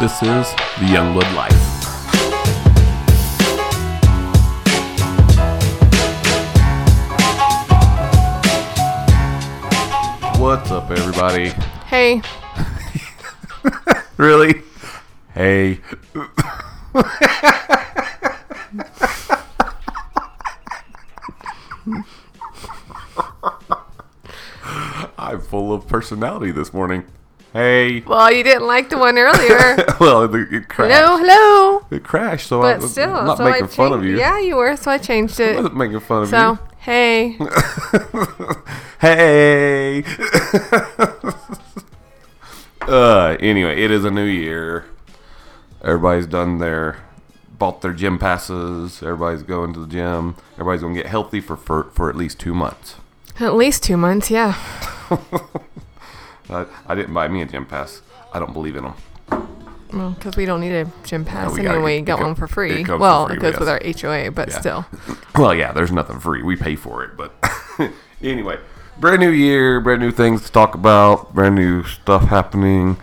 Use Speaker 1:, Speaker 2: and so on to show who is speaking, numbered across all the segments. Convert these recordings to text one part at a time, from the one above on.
Speaker 1: This is The Youngblood Life. What's up, everybody?
Speaker 2: Hey,
Speaker 1: Really? Hey. I'm full of personality this morning. Hey.
Speaker 2: well, you didn't like the one earlier.
Speaker 1: well, it, it crashed.
Speaker 2: hello, hello.
Speaker 1: It crashed, so I,
Speaker 2: But
Speaker 1: was
Speaker 2: still,
Speaker 1: am not
Speaker 2: so I
Speaker 1: making
Speaker 2: changed.
Speaker 1: fun of you.
Speaker 2: Yeah, you were. So I changed
Speaker 1: I
Speaker 2: it.
Speaker 1: wasn't making fun of
Speaker 2: So hey,
Speaker 1: you. hey. uh. Anyway, it is a new year. Everybody's done their bought their gym passes. Everybody's going to the gym. Everybody's gonna get healthy for for, for at least two months.
Speaker 2: at least two months. Yeah.
Speaker 1: I, I didn't buy me a gym pass. I don't believe in them.
Speaker 2: Well, because we don't need a gym pass
Speaker 1: we gotta get-
Speaker 2: anyway. You got
Speaker 1: it co-
Speaker 2: one for free.
Speaker 1: it comes for
Speaker 2: well,
Speaker 1: free
Speaker 2: it
Speaker 1: with
Speaker 2: goes with our HOA, but
Speaker 1: Yeah.
Speaker 2: still.
Speaker 1: Well, yeah, there's nothing free. We pay for it, but anyway, brand new year, brand new things to talk about, brand new stuff happening.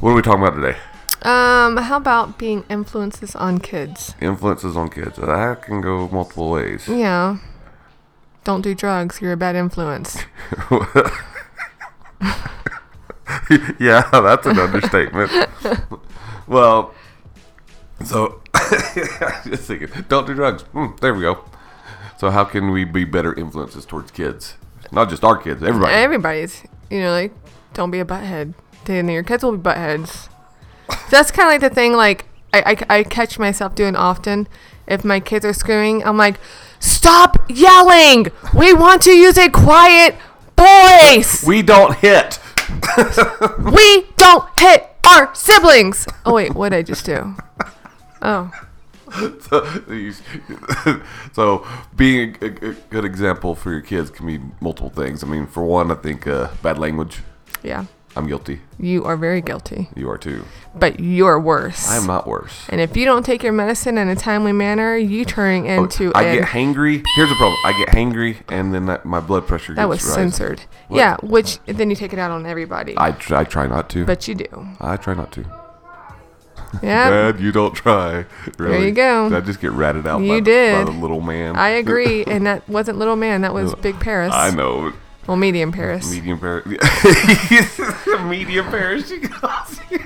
Speaker 1: What are we talking about today?
Speaker 2: Um, how about being influences on kids?
Speaker 1: Influences on kids. That can go multiple ways.
Speaker 2: Yeah. Don't do drugs. You're a bad influence.
Speaker 1: yeah, that's an understatement. well, so just thinking, don't do drugs. Hmm, there we go. So, how can we be better influences towards kids? Not just our kids, everybody.
Speaker 2: Everybody's, you know, like, don't be a butthead. Then your kids will be buttheads. So that's kind of like the thing, like, I, I, I catch myself doing often. If my kids are screaming, I'm like, stop yelling! We want to use a quiet voice!
Speaker 1: we don't hit.
Speaker 2: We don't hit our siblings! Oh, wait, what did I just do? Oh,
Speaker 1: so, you- so being a, a- a good example for your kids can be multiple things. I mean, for one, I think uh, bad language.
Speaker 2: yeah.
Speaker 1: I'm guilty.
Speaker 2: You are very guilty,
Speaker 1: You are too.
Speaker 2: but you're worse.
Speaker 1: I am not worse.
Speaker 2: and if you don't take your medicine in a timely manner, you turn into
Speaker 1: Oh, I
Speaker 2: an
Speaker 1: get hangry. Here's the problem. I get hangry, and then that, my blood pressure.
Speaker 2: That was
Speaker 1: gets rising.
Speaker 2: censored. Yeah, which then you take it out on everybody.
Speaker 1: I try, I try not to.
Speaker 2: but you do.
Speaker 1: I try not to.
Speaker 2: Yeah.
Speaker 1: Dad, you don't try. Really.
Speaker 2: you go.
Speaker 1: Did I just get ratted out.
Speaker 2: You
Speaker 1: by,
Speaker 2: did.
Speaker 1: By the little man.
Speaker 2: I agree. and that wasn't little man, that was big Paris.
Speaker 1: I know.
Speaker 2: Well, medium Paris.
Speaker 1: Medium Paris. Medium Paris. she calls you.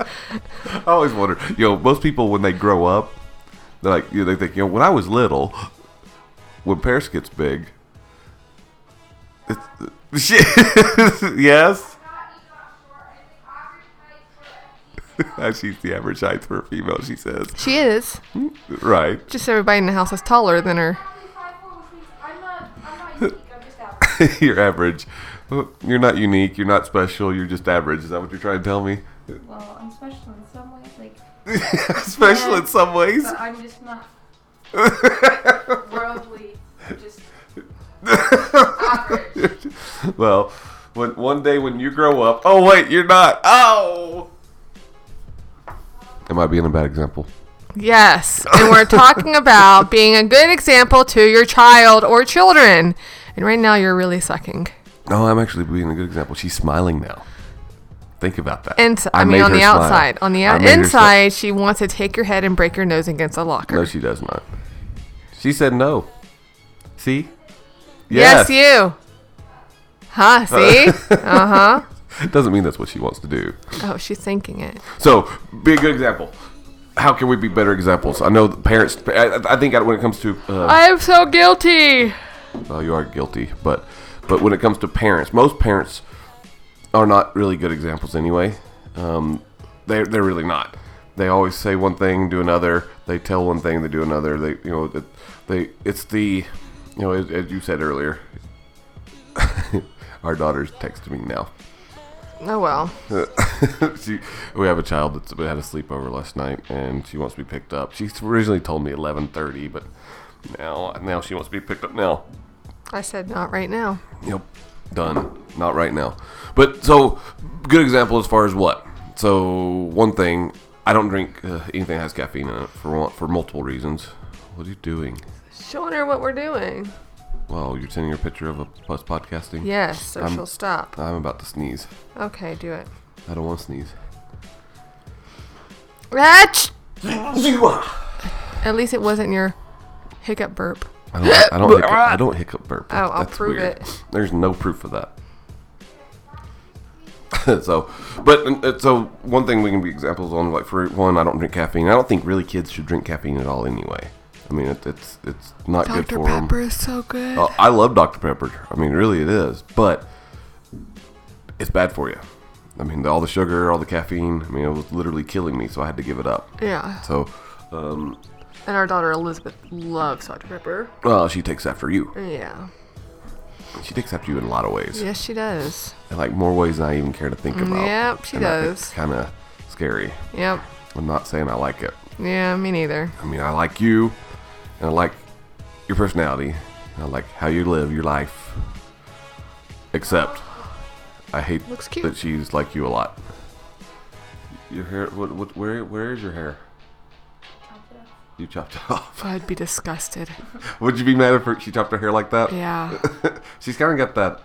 Speaker 1: I always wonder, you know, most people when they grow up, they're like, you know, they think, you know, when I was little, when Paris gets big, it's, yes. She's the average height for a female, she says.
Speaker 2: She is.
Speaker 1: Right.
Speaker 2: Just everybody in the house is taller than her.
Speaker 3: I'm not, I'm not unique, I'm just out.
Speaker 1: you're average. You're not unique. You're not special. You're just average. Is that what you're trying to tell me?
Speaker 3: Well, I'm special in some ways, like,
Speaker 1: special in some ways.
Speaker 3: but I'm just not worldly. I'm just average.
Speaker 1: well, when one day when you grow up, oh wait, you're not. Oh. Am I being a bad example?
Speaker 2: Yes. And we're talking about being a good example to your child or children. And right now you're really sucking.
Speaker 1: No, I'm actually being a good example. She's smiling now. Think about that.
Speaker 2: And I, mean
Speaker 1: made
Speaker 2: on
Speaker 1: her
Speaker 2: the
Speaker 1: smile.
Speaker 2: outside. On the
Speaker 1: I
Speaker 2: out-
Speaker 1: made her
Speaker 2: inside, she wants to take your head and break your nose against a
Speaker 1: smile. No,
Speaker 2: locker.
Speaker 1: she does not. She said no. See?
Speaker 2: yes. you. Huh, see? uh-huh.
Speaker 1: Doesn't mean that's what she wants to do.
Speaker 2: Oh, she's thinking it.
Speaker 1: So, be a good example. How can we be better examples? I know the parents. I, I think when it comes to, uh,
Speaker 2: I am so guilty.
Speaker 1: well, Oh, you are guilty, but but when it comes to parents, most parents are not really good examples anyway. Um, they they're really not. They always say one thing, do another. They tell one thing, they do another. They you know that they it's the you know as, as you said earlier. Our daughter's texting me now.
Speaker 2: Oh well.
Speaker 1: she, we have a child that's we had a sleepover last night, and she wants to be picked up. She originally told me eleven thirty, but now now she wants to be picked up now.
Speaker 2: I said not right now.
Speaker 1: Yep, done. Not right now, but so good example as far as what. So one thing, I don't drink uh, anything that has caffeine in it for one- for multiple reasons. What are you doing?
Speaker 2: Showing her what we're doing.
Speaker 1: Well, you're sending her a picture of a plus podcasting.
Speaker 2: Yes, so
Speaker 1: I'm-
Speaker 2: she'll stop.
Speaker 1: I'm about to sneeze.
Speaker 2: Okay, do it.
Speaker 1: I don't want to sneeze.
Speaker 2: Ach!
Speaker 1: You are.
Speaker 2: At least it wasn't your hiccup burp.
Speaker 1: I don't, I don't, hiccup, I don't hiccup burp.
Speaker 2: Oh, I'll prove it.
Speaker 1: There's no proof of that. so, but uh, so one thing we can be examples on, like for one, I don't drink caffeine. I don't think really kids should drink caffeine at all, anyway. I mean, it, it's it's not good
Speaker 2: Dr.
Speaker 1: for them.
Speaker 2: Pepper is so good.
Speaker 1: Uh, I love Dr. Pepper. I mean, really, it is, but it's bad for you. I mean, all the sugar, all the caffeine. I mean, it was literally killing me, so I had to give it up.
Speaker 2: Yeah.
Speaker 1: So, um,
Speaker 2: And our daughter Elizabeth loves Dr. Pepper.
Speaker 1: well, uh, she takes after you.
Speaker 2: Yeah.
Speaker 1: She takes after you in a lot of ways,
Speaker 2: Yes, she does.
Speaker 1: in, like more ways than I even care to think about.
Speaker 2: Yep, she
Speaker 1: And I-
Speaker 2: does.
Speaker 1: It's kind of scary.
Speaker 2: Yep.
Speaker 1: I'm not saying I like it.
Speaker 2: Yeah, me neither.
Speaker 1: I mean, I like you, and I like your personality, and I like how you live your life. Except, I hate
Speaker 2: Looks cute.
Speaker 1: that she's like you a lot. Your hair? What? what where? Where is your hair? You chopped it off.
Speaker 2: I'd be disgusted.
Speaker 1: Would you be mad if her, she chopped her hair like that?
Speaker 2: Yeah.
Speaker 1: she's kind of got that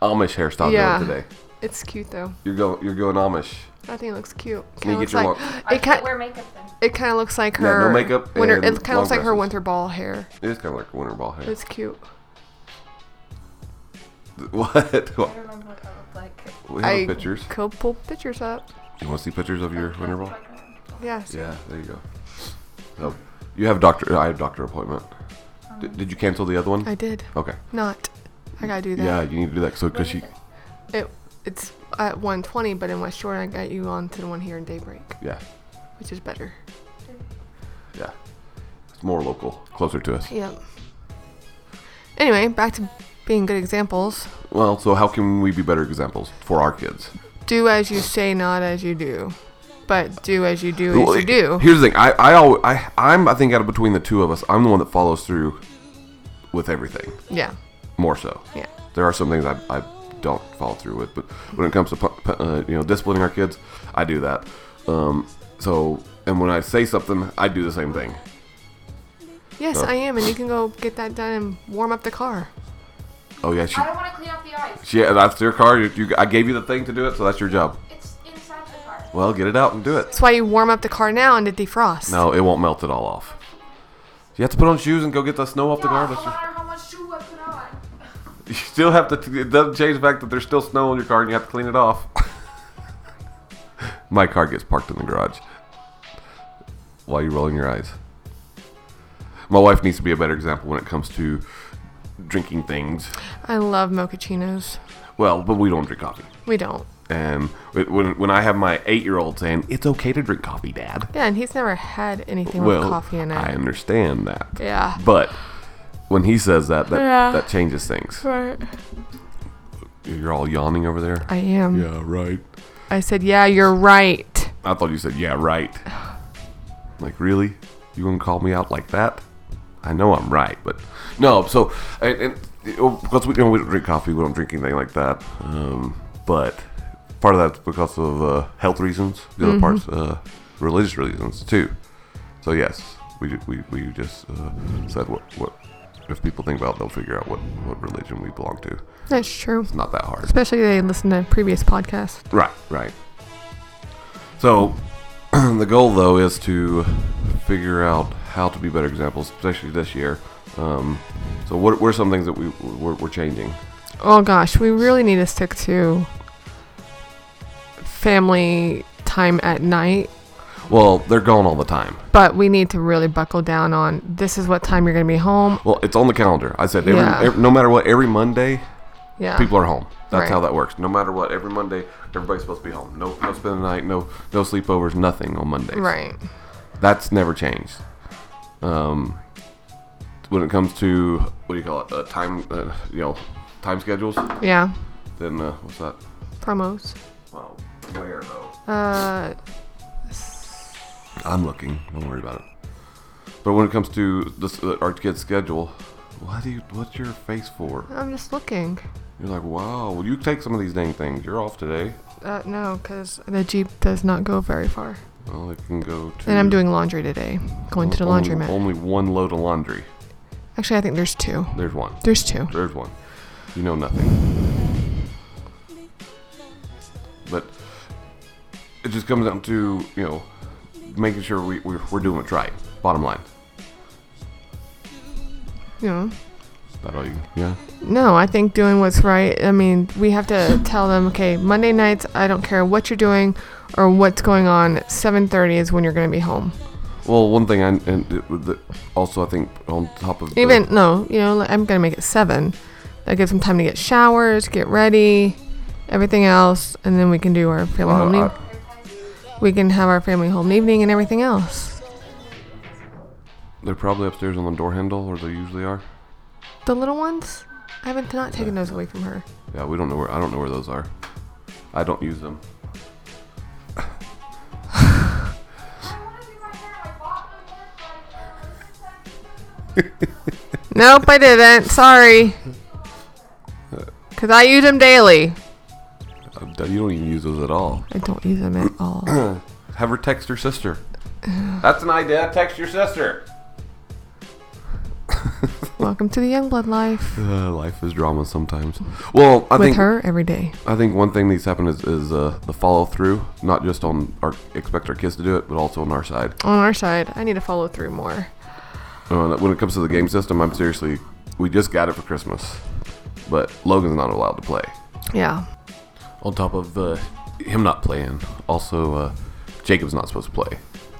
Speaker 1: Amish hairstyle
Speaker 2: Yeah.
Speaker 1: going today.
Speaker 2: It's cute though.
Speaker 1: You're going. You're going Amish.
Speaker 2: I think it looks cute.
Speaker 1: Can
Speaker 2: Kind
Speaker 1: you
Speaker 2: of looks
Speaker 1: get your
Speaker 2: like
Speaker 1: long,
Speaker 3: I
Speaker 2: it
Speaker 3: can't
Speaker 2: kind
Speaker 3: wear makeup then.
Speaker 2: it kind of looks like
Speaker 1: Yeah, no
Speaker 2: her
Speaker 1: makeup
Speaker 2: winter. It
Speaker 1: and
Speaker 2: kind of
Speaker 1: long
Speaker 2: looks like her
Speaker 1: dresses.
Speaker 2: winter ball hair.
Speaker 1: It is kind of like winter ball hair.
Speaker 2: It's cute.
Speaker 1: What?
Speaker 3: I don't remember what that looked like.
Speaker 1: We have
Speaker 2: I
Speaker 1: pictures.
Speaker 2: Could pull pictures up.
Speaker 1: You want to see pictures of your winter ball?
Speaker 2: Yes.
Speaker 1: Yeah, there you go. So you have doctor. I have doctor appointment. D- did you cancel the other one?
Speaker 2: Um, I did
Speaker 1: Okay.
Speaker 2: not. I gotta do that.
Speaker 1: Yeah, you need to do that. So because she,
Speaker 2: It's at 120, but in West Shore, I got you on to the one here in Daybreak,
Speaker 1: yeah,
Speaker 2: which is better.
Speaker 1: yeah, it's more local, closer to us.
Speaker 2: Yep. Anyway, back to being good examples.
Speaker 1: Well, so how can we be better examples for our kids?
Speaker 2: Do as you say, not as you do. But do as you do as
Speaker 1: Well,
Speaker 2: you do.
Speaker 1: Here's the thing. I I, always, I I'm I think out of between the two of us, I'm the one that follows through with everything
Speaker 2: Yeah.
Speaker 1: more so.
Speaker 2: Yeah.
Speaker 1: there are some things I, I don't follow through with, but when it comes to pu- pu- uh, you know disciplining our kids, I do that. Um, so and when I say something, I do the same thing.
Speaker 2: Yes,
Speaker 1: Uh.
Speaker 2: I am, and you can go get that done and warm up the car.
Speaker 1: Oh yeah, she
Speaker 3: I don't want to clean off the ice.
Speaker 1: she that's your car. You, you, I gave you the thing to do it, so that's your job.
Speaker 3: It's inside the car.
Speaker 1: Well, get it out and do it.
Speaker 2: That's why you warm up the car now and it defrosts.
Speaker 1: No, it won't melt it all off. You have to put on shoes and go get the snow off the
Speaker 3: no,
Speaker 1: car.
Speaker 3: no
Speaker 1: That's your-
Speaker 3: matter how much shoe I put on.
Speaker 1: You still have to. It doesn't change the fact that there's still snow on your car and you have to clean it off. My car gets parked in the garage. While you're rolling your eyes. My wife needs to be a better example when it comes to drinking things.
Speaker 2: I love mochachinos.
Speaker 1: Well, but we don't drink coffee.
Speaker 2: We don't.
Speaker 1: And it- when, when I have my eight year old saying, it's okay to drink coffee, Dad.
Speaker 2: Yeah, and he's never had anything with
Speaker 1: Well,
Speaker 2: coffee in it.
Speaker 1: I understand that.
Speaker 2: yeah.
Speaker 1: But when he says that, that,
Speaker 2: Yeah.
Speaker 1: that changes things.
Speaker 2: Right.
Speaker 1: You're all yawning over there.
Speaker 2: I am.
Speaker 1: yeah, right.
Speaker 2: I said, yeah, you're right.
Speaker 1: I thought you said, yeah, right. like, really? You gonna call me out like that? I know I'm right, but no. So, and, and because we, you know, we don't drink coffee, we don't drink anything like that. Um, but part of that's because of uh, health reasons. The other part's uh, religious reasons too. So yes, we ju- we, we just uh, said what what if people think about, it, they'll figure out what what religion we belong to.
Speaker 2: That's true.
Speaker 1: It's not that hard.
Speaker 2: Especially they listen to previous podcasts.
Speaker 1: Right, right. So, the goal though is to figure out how to be better examples, especially this year. Um, so, what, what are some things that we we're, we're changing?
Speaker 2: Oh gosh, we really need to stick to family time at night,
Speaker 1: Well, they're gone all the time.
Speaker 2: but we need to really buckle down on this is what time you're going to be home.
Speaker 1: Well, it's on the calendar. I said every,
Speaker 2: Yeah.
Speaker 1: ev- no matter what, every Monday
Speaker 2: Yeah.
Speaker 1: people are home. That's
Speaker 2: Right.
Speaker 1: how that works. No matter what, every Monday everybody's supposed to be home. No, no spend the night. No, no sleepovers. Nothing on Mondays.
Speaker 2: right.
Speaker 1: that's never changed. Um, when it comes to what do you call it, uh, time, uh, you know, time schedules,
Speaker 2: Yeah.
Speaker 1: then uh, what's that?
Speaker 2: Promos.
Speaker 1: Well, where though?
Speaker 2: Uh
Speaker 1: I'm looking. Don't worry about it. But when it comes to this, uh, our kid's schedule, why do you? What's your face for?
Speaker 2: I'm just looking.
Speaker 1: You're like, wow. Well, you take some of these dang things. You're off today.
Speaker 2: Uh, no, because the Jeep does not go very far.
Speaker 1: Well, it can go to.
Speaker 2: And I'm doing laundry today. Going to the
Speaker 1: only-
Speaker 2: laundromat.
Speaker 1: Only one load of laundry.
Speaker 2: Actually, I think there's two.
Speaker 1: There's one.
Speaker 2: There's two.
Speaker 1: There's one. You know nothing. But it just comes down to, you know, making sure we, we're, we're doing what's right. Bottom line.
Speaker 2: You know.
Speaker 1: Is that all you? Yeah.
Speaker 2: No, I think doing what's right. I mean, we have to tell them, okay, Monday nights, I don't care what you're doing or what's going on. 7:30 is when you're going to be home.
Speaker 1: Well, one thing I and it, would- the, also I think on top of the-
Speaker 2: Even no, you know, like, I'm going to make it 7. That gives them time to get showers, get ready, everything else, and then we can do our family
Speaker 1: Uh,
Speaker 2: home.
Speaker 1: I-
Speaker 2: eve- we can have our family home evening and everything else.
Speaker 1: they're probably upstairs on the door handle, or they usually are.
Speaker 2: The little ones, I haven't not taken those away from her.
Speaker 1: Yeah, we don't know where I don't know where those are. I don't use them.
Speaker 3: I want to do my hair. I bought them this like uh, six months
Speaker 2: Nope, I didn't. Sorry. Cuz I use them daily.
Speaker 1: Uh, You don't even use those at all.
Speaker 2: I don't use them at all.
Speaker 1: Have her text her sister. That's an idea. Text your sister.
Speaker 2: Welcome to the Youngblood life.
Speaker 1: Uh, life is drama sometimes. Well, I
Speaker 2: With
Speaker 1: think
Speaker 2: her every day.
Speaker 1: I think one thing needs to happen is, is uh, the follow through. Not just on our expect our kids to do it, but also on our side.
Speaker 2: On our side, I need to follow through more.
Speaker 1: Uh, when it comes to the game system, I'm seriously, we just got it for Christmas, but Logan's not allowed to play.
Speaker 2: Yeah.
Speaker 1: On top of uh, him not playing, also uh, Jacob's not supposed to play.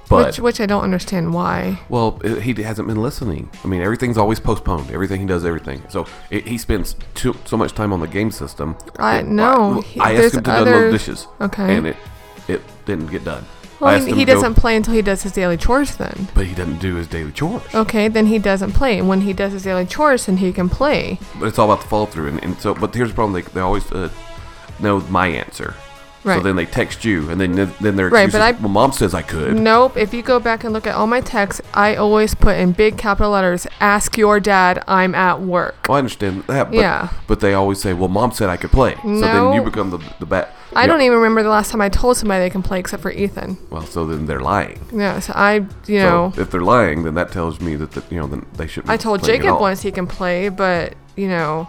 Speaker 1: But
Speaker 2: which which I don't understand why.
Speaker 1: Well, i- he hasn't been listening. I mean, everything's always postponed. Everything he does, everything. So it, he spends too, so much time on the game system.
Speaker 2: I-
Speaker 1: It-
Speaker 2: no,
Speaker 1: I,
Speaker 2: he-
Speaker 1: I
Speaker 2: there's
Speaker 1: asked him to
Speaker 2: other-
Speaker 1: unload dishes.
Speaker 2: Okay.
Speaker 1: And it it didn't get done. I
Speaker 2: Well,
Speaker 1: asked
Speaker 2: he,
Speaker 1: him
Speaker 2: he
Speaker 1: to go-
Speaker 2: doesn't play until he does his daily chores then.
Speaker 1: but he doesn't do his daily chores.
Speaker 2: Okay, then he doesn't play. When he does his daily chores, then he can play.
Speaker 1: But it's all about the follow through. And, and so, but here's the problem: they, they always uh, know my answer. So
Speaker 2: Right.
Speaker 1: then they text you, and then then their
Speaker 2: Right,
Speaker 1: excuse
Speaker 2: but
Speaker 1: is,
Speaker 2: I-
Speaker 1: well, mom says I could.
Speaker 2: Nope. If you go back and look at all my texts, I always put in big capital letters, ask your dad, I'm at work.
Speaker 1: Well, I understand that, but,
Speaker 2: Yeah.
Speaker 1: but they always say, "Well, mom said I could play." So then
Speaker 2: No.
Speaker 1: you become the the bat.
Speaker 2: I don't e even remember the last time I told somebody they can play except for Ethan.
Speaker 1: Well, so then they're lying.
Speaker 2: Yeah, so I, you know,
Speaker 1: So if they're lying, then that tells me that the, you know then they shouldn't.
Speaker 2: I
Speaker 1: be
Speaker 2: told
Speaker 1: playing at
Speaker 2: Jacob
Speaker 1: all.
Speaker 2: once he can play, but you know,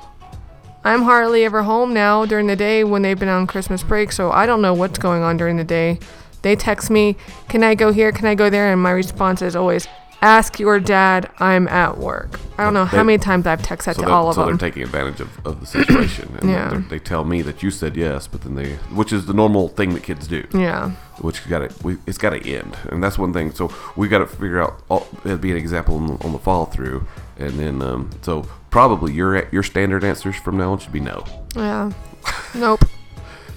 Speaker 2: I'm hardly ever home now during the day when they've been on Christmas break, so I don't know what's going on during the day. They text me, "Can I go here? Can I go there?" and my response is always, "Ask your dad. I'm at work." I don't know
Speaker 1: They-
Speaker 2: how many times I've texted that
Speaker 1: So,
Speaker 2: to
Speaker 1: they're,
Speaker 2: all of
Speaker 1: so
Speaker 2: them.
Speaker 1: they're taking advantage of, of the situation, and
Speaker 2: Yeah.
Speaker 1: they're- they tell me that you said yes, but then they, which is the normal thing that kids do,
Speaker 2: yeah,
Speaker 1: which got to it's got to end, and that's one thing. So we got to figure out all, it'd be an example on, the- on the follow through, and then um, so probably your your standard answers from now on should be no.
Speaker 2: yeah, nope,
Speaker 1: Say,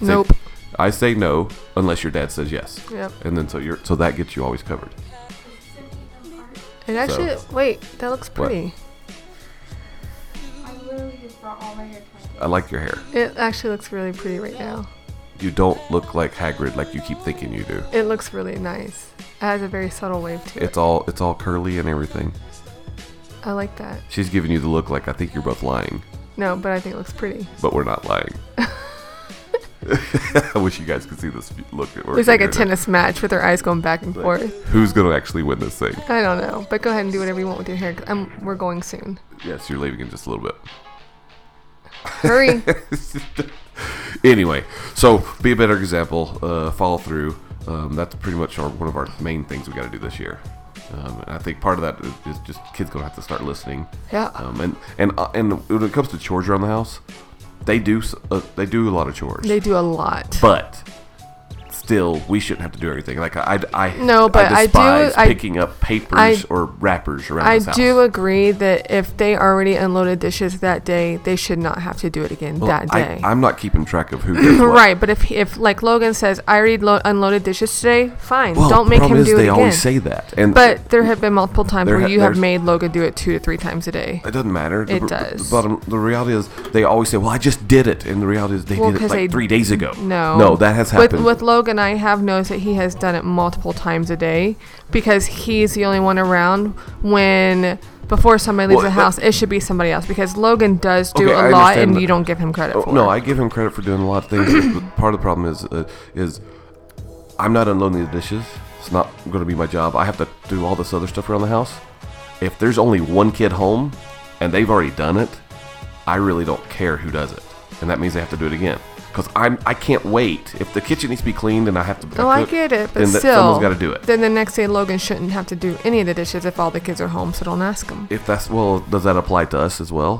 Speaker 2: nope.
Speaker 1: I say no unless your dad says yes,
Speaker 2: Yep.
Speaker 1: and then so you're so that gets you always covered.
Speaker 2: It actually, wait, that looks
Speaker 1: What?
Speaker 2: pretty.
Speaker 3: I literally just brought all my hair to my
Speaker 1: I like your hair.
Speaker 2: It actually looks really pretty right now.
Speaker 1: You don't look like Hagrid like you keep thinking you do.
Speaker 2: It looks really nice. It has a very subtle wave to it.
Speaker 1: It's all it's all curly and everything.
Speaker 2: I like that.
Speaker 1: She's giving you the look like I think you're both lying,
Speaker 2: No, but I think it looks pretty.
Speaker 1: but we're not lying. I wish you guys could see this look. That we're
Speaker 2: It's like a
Speaker 1: giving her.
Speaker 2: tennis match with her eyes going back and forth.
Speaker 1: Who's gonna actually win this thing?
Speaker 2: I don't know, but go ahead and do whatever you want with your hair. 'cause I'm, we're going soon.
Speaker 1: Yes, you're leaving in just a little bit.
Speaker 2: Hurry.
Speaker 1: anyway, so be a better example. Uh, follow through. Um, that's pretty much our, one of our main things we got to do this year. Um, and I think part of that is- is just kids gonna have to start listening.
Speaker 2: yeah.
Speaker 1: Um, and and uh, and when it comes to chores around the house, they do s- uh, they do a lot of chores.
Speaker 2: They do a lot.
Speaker 1: but still, we shouldn't have to do everything. Like I, I I-
Speaker 2: No, but I do-
Speaker 1: despise
Speaker 2: I-
Speaker 1: picking up papers
Speaker 2: I-
Speaker 1: or wrappers around
Speaker 2: I
Speaker 1: this house.
Speaker 2: do agree that if they already unloaded dishes that day, they should not have to do it again
Speaker 1: Well,
Speaker 2: that day.
Speaker 1: I, am not keeping track of who does what.
Speaker 2: right, but if if like Logan says, I already lo- unloaded dishes today, fine.
Speaker 1: Well,
Speaker 2: Don't
Speaker 1: the
Speaker 2: make
Speaker 1: problem
Speaker 2: him
Speaker 1: is
Speaker 2: do
Speaker 1: they
Speaker 2: it again.
Speaker 1: always say that, and
Speaker 2: But there have been multiple times
Speaker 1: There
Speaker 2: where
Speaker 1: ha-
Speaker 2: you have
Speaker 1: there's-
Speaker 2: made Logan do it two to three times a day.
Speaker 1: It doesn't matter. The,
Speaker 2: It
Speaker 1: br-
Speaker 2: does.
Speaker 1: The, bottom, the reality is they always say, "Well, I just did it," and the reality is they
Speaker 2: Well,
Speaker 1: did it
Speaker 2: 'cause
Speaker 1: like
Speaker 2: they-
Speaker 1: three days ago.
Speaker 2: No.
Speaker 1: no, that has
Speaker 2: With,
Speaker 1: happened.
Speaker 2: with Logan, I have noticed that he has done it multiple times a day because he's the only one around when before somebody leaves
Speaker 1: Well,
Speaker 2: the
Speaker 1: that-
Speaker 2: house, it should be somebody else because Logan does do
Speaker 1: Okay, I
Speaker 2: a lot
Speaker 1: understand
Speaker 2: and
Speaker 1: that.
Speaker 2: you don't give him credit
Speaker 1: Oh,
Speaker 2: for
Speaker 1: no,
Speaker 2: it.
Speaker 1: I give him credit for doing a lot of things. but part of the problem is, uh, is I'm not unloading the dishes. It's not going to be my job. I have to do all this other stuff around the house. If there's only one kid home and they've already done it, I really don't care who does it, and that means they have to do it again. because I'm I can't wait. If the kitchen needs to be cleaned and I have to,
Speaker 2: Oh, I get it, but
Speaker 1: then that-
Speaker 2: still,
Speaker 1: someone's got to do it.
Speaker 2: Then the next day, Logan shouldn't have to do any of the dishes if all the kids are home. So don't ask him.
Speaker 1: If that's well, does that apply to us as well?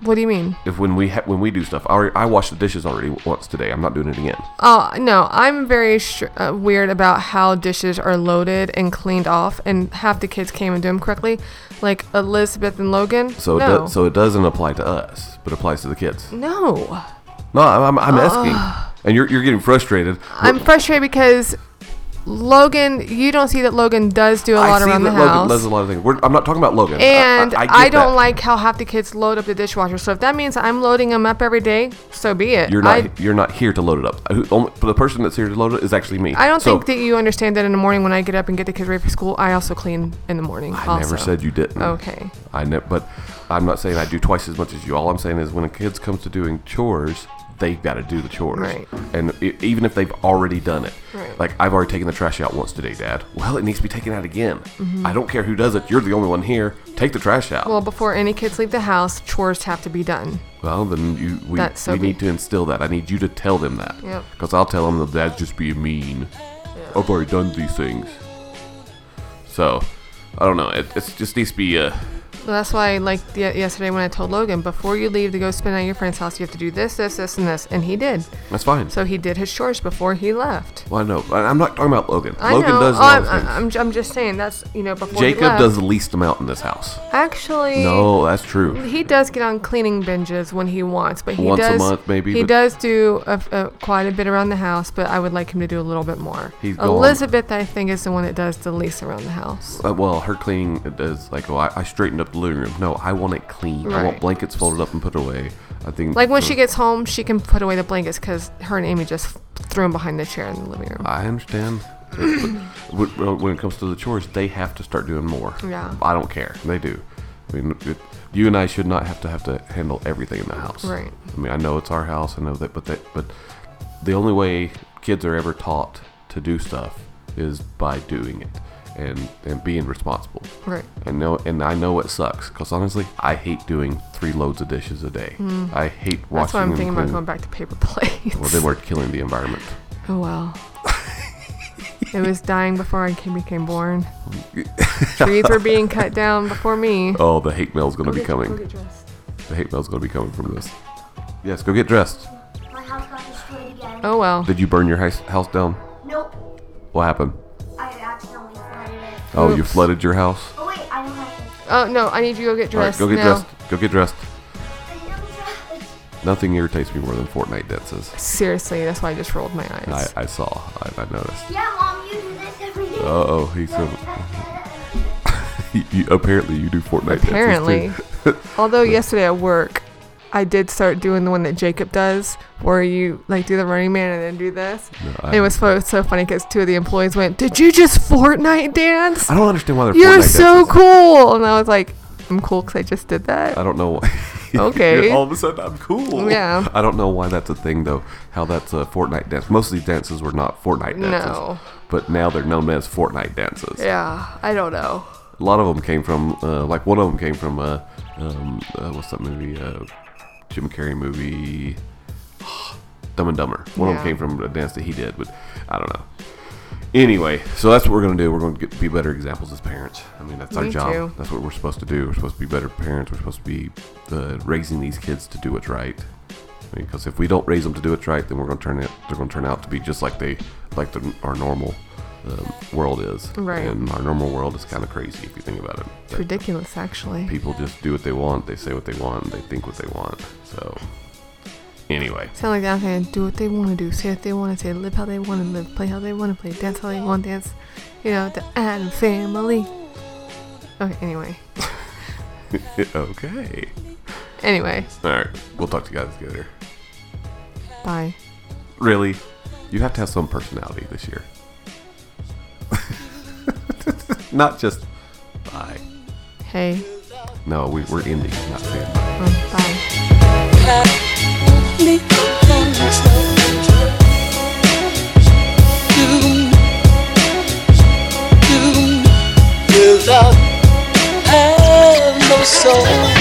Speaker 2: What do you mean?
Speaker 1: If when we ha- when we do stuff, I, already, I washed the dishes already once today. I'm not doing it again.
Speaker 2: Oh no, I'm very str- uh, weird about how dishes are loaded and cleaned off, and half the kids can't even do them correctly, like Elizabeth and Logan.
Speaker 1: So it
Speaker 2: no,
Speaker 1: does, so it doesn't apply to us, but applies to the kids.
Speaker 2: no,
Speaker 1: No, I'm, I'm, I'm asking, and you're, you're getting frustrated.
Speaker 2: I'm frustrated because Logan. You don't see that Logan does do a
Speaker 1: I
Speaker 2: lot
Speaker 1: see
Speaker 2: around the
Speaker 1: that
Speaker 2: house.
Speaker 1: Logan does a lot of things. We're, I'm not talking about Logan. I- I-
Speaker 2: And I,
Speaker 1: get
Speaker 2: don't
Speaker 1: that.
Speaker 2: like how half the kids load up the dishwasher. So if that means I'm loading them up every day, so be it.
Speaker 1: You're not
Speaker 2: I,
Speaker 1: you're not here to load it up. Who- only- the person that's here to load it is actually me.
Speaker 2: I don't
Speaker 1: So,
Speaker 2: think that you understand that in the morning when I get up and get the kids ready for school, I also clean in the morning.
Speaker 1: I
Speaker 2: also.
Speaker 1: never said you didn't.
Speaker 2: Okay.
Speaker 1: I ne- but I'm not saying I do twice as much as you. All I'm saying is when a kids comes to doing chores, they've got to do the chores.
Speaker 2: Right.
Speaker 1: And e even if they've already done it,
Speaker 2: Right.
Speaker 1: like I've already taken the trash out once today, Dad. Well, it needs to be taken out again. I don't care who does it. You're the only one here. Take the trash out.
Speaker 2: Mm-hmm. Well, before any kids leave the house, chores have to be done.
Speaker 1: Well, then you we,
Speaker 2: That's so
Speaker 1: we need
Speaker 2: be-
Speaker 1: to instill that. I need you to tell them that.
Speaker 2: Yep.
Speaker 1: Because I'll tell them that that's just being mean. I've already done these things. So, I don't know. It it's just needs to be. Uh,
Speaker 2: Well, that's why, like ye- yesterday when I told Logan, before you leave to go spend at your friend's house, you have to do this, this, this, and this, and he did.
Speaker 1: that's fine.
Speaker 2: So he did his chores before he left.
Speaker 1: well, I know. I- I'm not talking about Logan.
Speaker 2: I
Speaker 1: Logan
Speaker 2: know.
Speaker 1: does
Speaker 2: Oh,
Speaker 1: a lot
Speaker 2: I'm,
Speaker 1: of
Speaker 2: I'm,
Speaker 1: things.
Speaker 2: I'm, I'm just saying that's you know before he
Speaker 1: Jacob
Speaker 2: left.
Speaker 1: does the least amount in this house.
Speaker 2: actually.
Speaker 1: No, that's true.
Speaker 2: He does get on cleaning binges when he wants, but he
Speaker 1: Once a
Speaker 2: does.
Speaker 1: month, maybe,
Speaker 2: He
Speaker 1: but-
Speaker 2: does do a, a, quite a bit around the house, but I would like him to do a little bit more.
Speaker 1: He's gone.
Speaker 2: Elizabeth, I think, is the one that does the least around the house.
Speaker 1: Uh, well, her cleaning is like, oh, I, I straightened up the living room. No, I want it clean. I want
Speaker 2: Right.
Speaker 1: blankets folded up and put away. I think
Speaker 2: Like when
Speaker 1: so-
Speaker 2: she gets home, she can put away the blankets because her and Amy just threw them behind the chair in the living room.
Speaker 1: I understand. But when when it comes to the chores, they have to start doing more.
Speaker 2: Yeah.
Speaker 1: I don't care. They do. I mean, it, you and I should not have to have to handle everything in the house.
Speaker 2: Right.
Speaker 1: I mean, I know it's our house. I know that, but that, but the only way kids are ever taught to do stuff is by doing it and and being responsible.
Speaker 2: Right.
Speaker 1: And know, and I know it sucks because honestly, I hate doing three loads of dishes a day. I hate washing
Speaker 2: Hmm. That's why I'm
Speaker 1: and
Speaker 2: thinking about
Speaker 1: cleaning.
Speaker 2: going back to paper plates.
Speaker 1: Well, then we're killing the environment.
Speaker 2: oh well. it was dying before I came- became born. Trees were being cut down before me.
Speaker 1: Oh, the hate mail's gonna be coming.
Speaker 2: Go get dressed.
Speaker 1: The hate mail's gonna be coming from this. Yes, go get dressed.
Speaker 3: My house got destroyed again.
Speaker 2: Oh well.
Speaker 1: Did you burn your house, house down?
Speaker 3: Nope.
Speaker 1: What happened?
Speaker 3: I accidentally flooded it.
Speaker 1: Oh, you
Speaker 2: Oops.
Speaker 1: flooded your house.
Speaker 3: Oh, wait, I don't have
Speaker 2: Oh no, I need you to go get
Speaker 1: All right,
Speaker 2: dressed
Speaker 1: go get
Speaker 2: now.
Speaker 1: dressed. Go get dressed.
Speaker 3: to.
Speaker 1: Nothing irritates me more than Fortnite dances.
Speaker 2: Seriously, that's why I just rolled my
Speaker 1: I,
Speaker 2: eyes.
Speaker 1: I saw. I, I noticed.
Speaker 3: Yeah, Mom, you do this every day.
Speaker 1: Uh oh, he's so. you, you- apparently, you do Fortnite
Speaker 2: Apparently,
Speaker 1: dances too.
Speaker 2: although yesterday at work, I did start doing the one that Jacob does, where you like do the Running Man and then do this.
Speaker 1: No, I-
Speaker 2: And it was so, so funny because two of the employees went, "Did you just Fortnite dance?
Speaker 1: I don't understand why they're Fortnite
Speaker 2: You're so
Speaker 1: dances.
Speaker 2: cool!" And I was like, "I'm cool because I just did that."
Speaker 1: I don't know why.
Speaker 2: Okay.
Speaker 1: All of a sudden, I'm cool.
Speaker 2: Yeah.
Speaker 1: I don't know why that's a thing though. How that's a Fortnite dance. Most of these dances were not Fortnite dances.
Speaker 2: No.
Speaker 1: But now they're known as Fortnite dances.
Speaker 2: Yeah, I don't know.
Speaker 1: A lot of them came from, uh, like one of them came from, uh, um, uh, what's that movie? Uh, Jim Carrey movie, Dumb and Dumber. One of
Speaker 2: Yeah.
Speaker 1: them came from a dance that he did, but I don't know. Anyway, so that's what we're gonna do. We're gonna get, be better examples as parents. I mean, that's our
Speaker 2: Me
Speaker 1: job.
Speaker 2: too.
Speaker 1: That's what we're supposed to do. We're supposed to be better parents. We're supposed to be uh, raising these kids to do what's right. I mean, because if we don't raise them to do what's right, then we're gonna turn it. They're gonna turn out to be just like they, like the, our normal um, world is.
Speaker 2: Right.
Speaker 1: And our normal world is kind of crazy if you think about it.
Speaker 2: It's ridiculous, actually.
Speaker 1: People just do what they want. They say what they want. They think what they want. So, anyway.
Speaker 2: Sound like that saying, do what they want to do, say what they want to say, live how they want to live, play how they want to play, dance how they want to dance. You know, the Adam family. Okay, anyway.
Speaker 1: okay.
Speaker 2: Anyway,
Speaker 1: All right. We'll talk to you guys later.
Speaker 2: bye.
Speaker 1: Really? You have to have some personality this year. Not just bye.
Speaker 2: Hey,
Speaker 1: No, we, we're ending, not saying bye.
Speaker 2: um, bye.
Speaker 4: You don't have no soul.